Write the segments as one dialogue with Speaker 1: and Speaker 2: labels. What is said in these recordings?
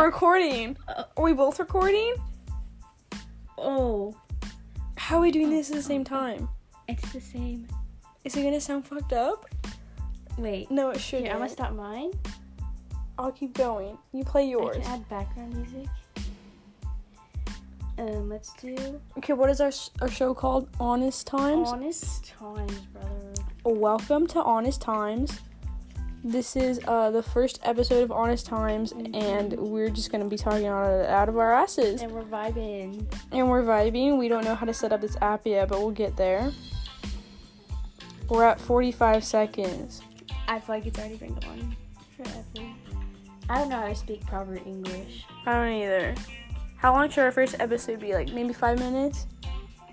Speaker 1: Ah.
Speaker 2: recording.
Speaker 1: Uh,
Speaker 2: Are we both recording?
Speaker 1: Oh,
Speaker 2: How are we doing this at the same time?
Speaker 1: it's the same.
Speaker 2: Is it gonna sound fucked up?
Speaker 1: Wait.
Speaker 2: No, it shouldn't.
Speaker 1: Here, I'm gonna stop mine.
Speaker 2: I'll keep going. You play
Speaker 1: I
Speaker 2: yours.
Speaker 1: can add background music. Um, let's do
Speaker 2: Okay, what is our, sh- our show called? Honest Times?
Speaker 1: honest times, brother.
Speaker 2: Welcome to Honest Times. This is uh, the first episode of Honest Times, and we're just gonna be talking out of, out of our asses.
Speaker 1: And we're vibing.
Speaker 2: And we're vibing. We don't know how to set up this app yet, but we'll get there. We're at 45 seconds.
Speaker 1: I feel like it's already been going forever. I don't know how to speak proper English.
Speaker 2: I don't either. How long should our first episode be? Like maybe five minutes?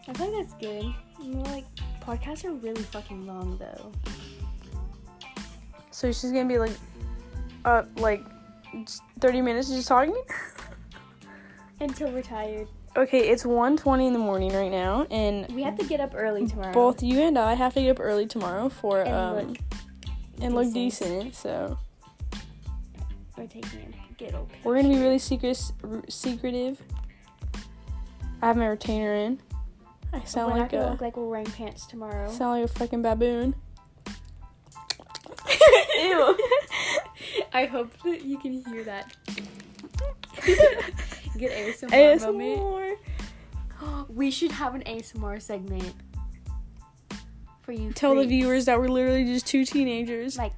Speaker 1: I feel like that's good. You know, like podcasts are really fucking long though.
Speaker 2: So she's gonna be like, uh, like just 30 minutes just talking?
Speaker 1: Until we're tired,
Speaker 2: okay, it's 1.20 in the morning right now, and
Speaker 1: we have to get up early tomorrow.
Speaker 2: both you and I have to get up early tomorrow for,
Speaker 1: and
Speaker 2: um,
Speaker 1: look,
Speaker 2: and look
Speaker 1: decent.
Speaker 2: decent, so.
Speaker 1: we're taking a good old.
Speaker 2: We're gonna be really secret, r- secretive. I have my retainer in. I sound
Speaker 1: we're
Speaker 2: like
Speaker 1: not gonna
Speaker 2: a
Speaker 1: look like we're wearing pants tomorrow.
Speaker 2: sound like a fucking baboon.
Speaker 1: Ew. I hope that you can hear that. Good ASMR, moment.
Speaker 2: ASMR.
Speaker 1: We should have an ASMR segment for you.
Speaker 2: Tell the
Speaker 1: freaks.
Speaker 2: viewers that we're literally just two teenagers.
Speaker 1: Like,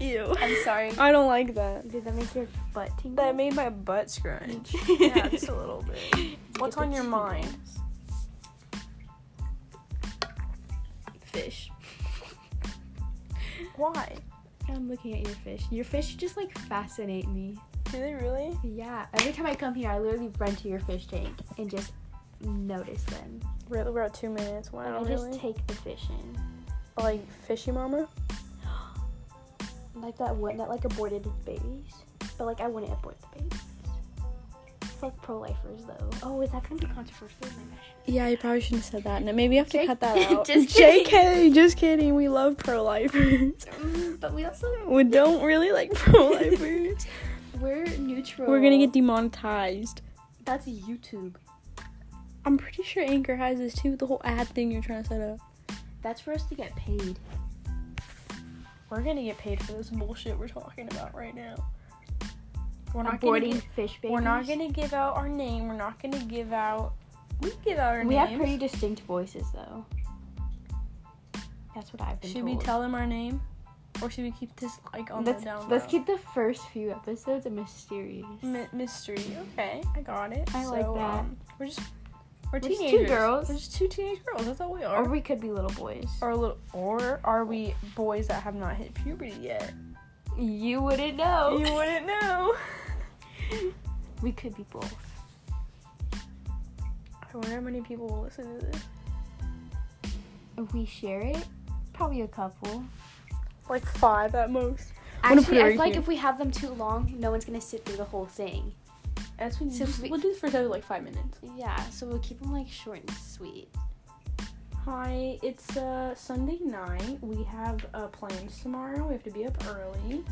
Speaker 2: Ew.
Speaker 1: I'm sorry.
Speaker 2: I don't like that.
Speaker 1: Did that make your butt tingle?
Speaker 2: That made my butt scrunch. yeah, just a little bit. What's on your mind?
Speaker 1: Fish.
Speaker 2: Why?
Speaker 1: I'm looking at your fish. Your fish just like fascinate me.
Speaker 2: Do they really?
Speaker 1: Yeah. Every time I come here, I literally run to your fish tank and just notice them.
Speaker 2: Really, we're at two minutes. Wow,
Speaker 1: Like, I
Speaker 2: really?
Speaker 1: just take the fish in.
Speaker 2: like fishy mama.
Speaker 1: Like that one that like aborted babies. But like I wouldn't abort the babies. Fuck pro lifers though. Oh, is that gonna be controversial? Oh my gosh.
Speaker 2: Yeah, you probably shouldn't have said that. No, maybe you have to
Speaker 1: Jake-
Speaker 2: cut that out.
Speaker 1: Just
Speaker 2: JK,
Speaker 1: kidding.
Speaker 2: just kidding. We love pro lifers.
Speaker 1: Mm, but we also
Speaker 2: we don't really like pro lifers.
Speaker 1: we're neutral.
Speaker 2: We're gonna get demonetized.
Speaker 1: that's YouTube.
Speaker 2: I'm pretty sure Anchor has this too. The whole ad thing you're trying to set up.
Speaker 1: That's for us to get paid.
Speaker 2: We're gonna get paid for this bullshit we're talking about right now. We're not gonna
Speaker 1: Aborting
Speaker 2: get-
Speaker 1: fish babies.
Speaker 2: We're not gonna give out our name. We're not gonna give out. We can give out our
Speaker 1: We
Speaker 2: names.
Speaker 1: have pretty distinct voices though. That's what I've been
Speaker 2: Should we
Speaker 1: told.
Speaker 2: tell them our name, or should we keep this like on
Speaker 1: Let's
Speaker 2: the down
Speaker 1: let's
Speaker 2: low?
Speaker 1: keep the first few episodes a mysterious.
Speaker 2: Mi- mystery. Okay, I got it.
Speaker 1: I
Speaker 2: so,
Speaker 1: like that.
Speaker 2: Um, we're just we're,
Speaker 1: just two
Speaker 2: teenagers.
Speaker 1: girls.
Speaker 2: We're just two teenage girls. That's all we
Speaker 1: or
Speaker 2: are.
Speaker 1: we could be little boys.
Speaker 2: Or a little, or are we boys that have not hit puberty yet?
Speaker 1: you wouldn't know.
Speaker 2: You wouldn't know.
Speaker 1: we could be both.
Speaker 2: I wonder how many people will listen to this.
Speaker 1: If we share it, probably a couple.
Speaker 2: Like five at most. I'm gonna
Speaker 1: Actually,
Speaker 2: put it
Speaker 1: I
Speaker 2: right
Speaker 1: feel like
Speaker 2: here.
Speaker 1: if we have them too long, no one's gonna sit through the whole thing.
Speaker 2: As we,
Speaker 1: So we-
Speaker 2: we'll do this for another like five minutes.
Speaker 1: Yeah, so we'll keep them like short and sweet.
Speaker 2: Hi, it's uh, Sunday night. We have uh, plans tomorrow. We have to be up early.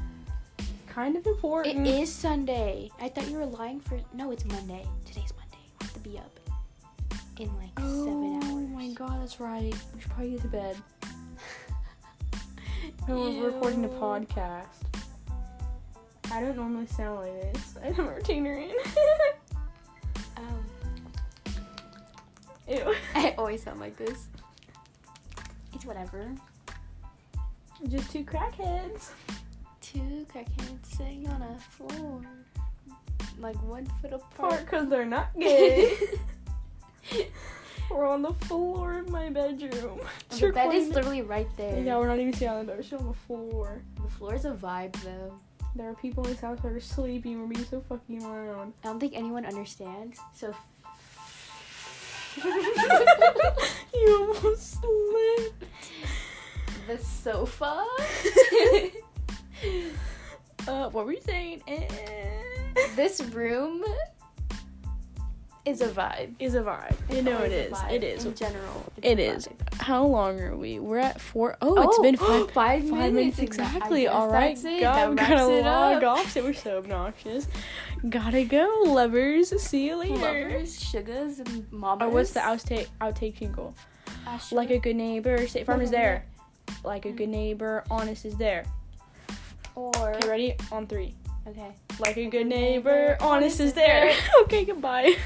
Speaker 2: Kind of
Speaker 1: It
Speaker 2: important.
Speaker 1: is Sunday. I thought you were lying for. No, it's Monday. Today's Monday. We have to be up in like
Speaker 2: oh,
Speaker 1: seven hours.
Speaker 2: my god, that's right. We should probably get to bed.
Speaker 1: Ew.
Speaker 2: We're recording a podcast. I don't normally sound like this. I have a retainer in.
Speaker 1: Um,
Speaker 2: Ew.
Speaker 1: I always sound like this. It's whatever.
Speaker 2: Just two crackheads.
Speaker 1: Two crackheads sitting on a floor, like one foot
Speaker 2: Part
Speaker 1: apart.
Speaker 2: because they're not gay. We're on the floor of my bedroom. It's
Speaker 1: The bed is
Speaker 2: recording-
Speaker 1: literally right there.
Speaker 2: Yeah, we're not even sitting on the bed. We're sitting on the floor.
Speaker 1: The floor is a vibe though.
Speaker 2: There are people in this house that are sleeping. We're being so fucking loud.
Speaker 1: I don't think anyone understands. So
Speaker 2: you almost slipped.
Speaker 1: the sofa.
Speaker 2: Uh, what were you saying? Eh.
Speaker 1: this room is a vibe.
Speaker 2: is a vibe. You
Speaker 1: It's
Speaker 2: know it
Speaker 1: always a
Speaker 2: is.
Speaker 1: vibe.
Speaker 2: It is.
Speaker 1: In general. it's
Speaker 2: It
Speaker 1: a
Speaker 2: is.
Speaker 1: vibe.
Speaker 2: How long are we? We're at four. Oh, it's been five.
Speaker 1: five,
Speaker 2: Five minutes exactly. All right, God,
Speaker 1: God,
Speaker 2: we gotta log off. So we're so obnoxious. Gotta go, lovers. See you later.
Speaker 1: Lovers, sugars, mamas.
Speaker 2: Or what's the outtake? Outtake jingle.
Speaker 1: Ash-
Speaker 2: Like a good neighbor, State Farm is
Speaker 1: Like a
Speaker 2: there. Like a good neighbor, Honest is there.
Speaker 1: or
Speaker 2: Okay, ready? On three.
Speaker 1: okay.
Speaker 2: Like a good neighbor, Honest is there. Okay, goodbye.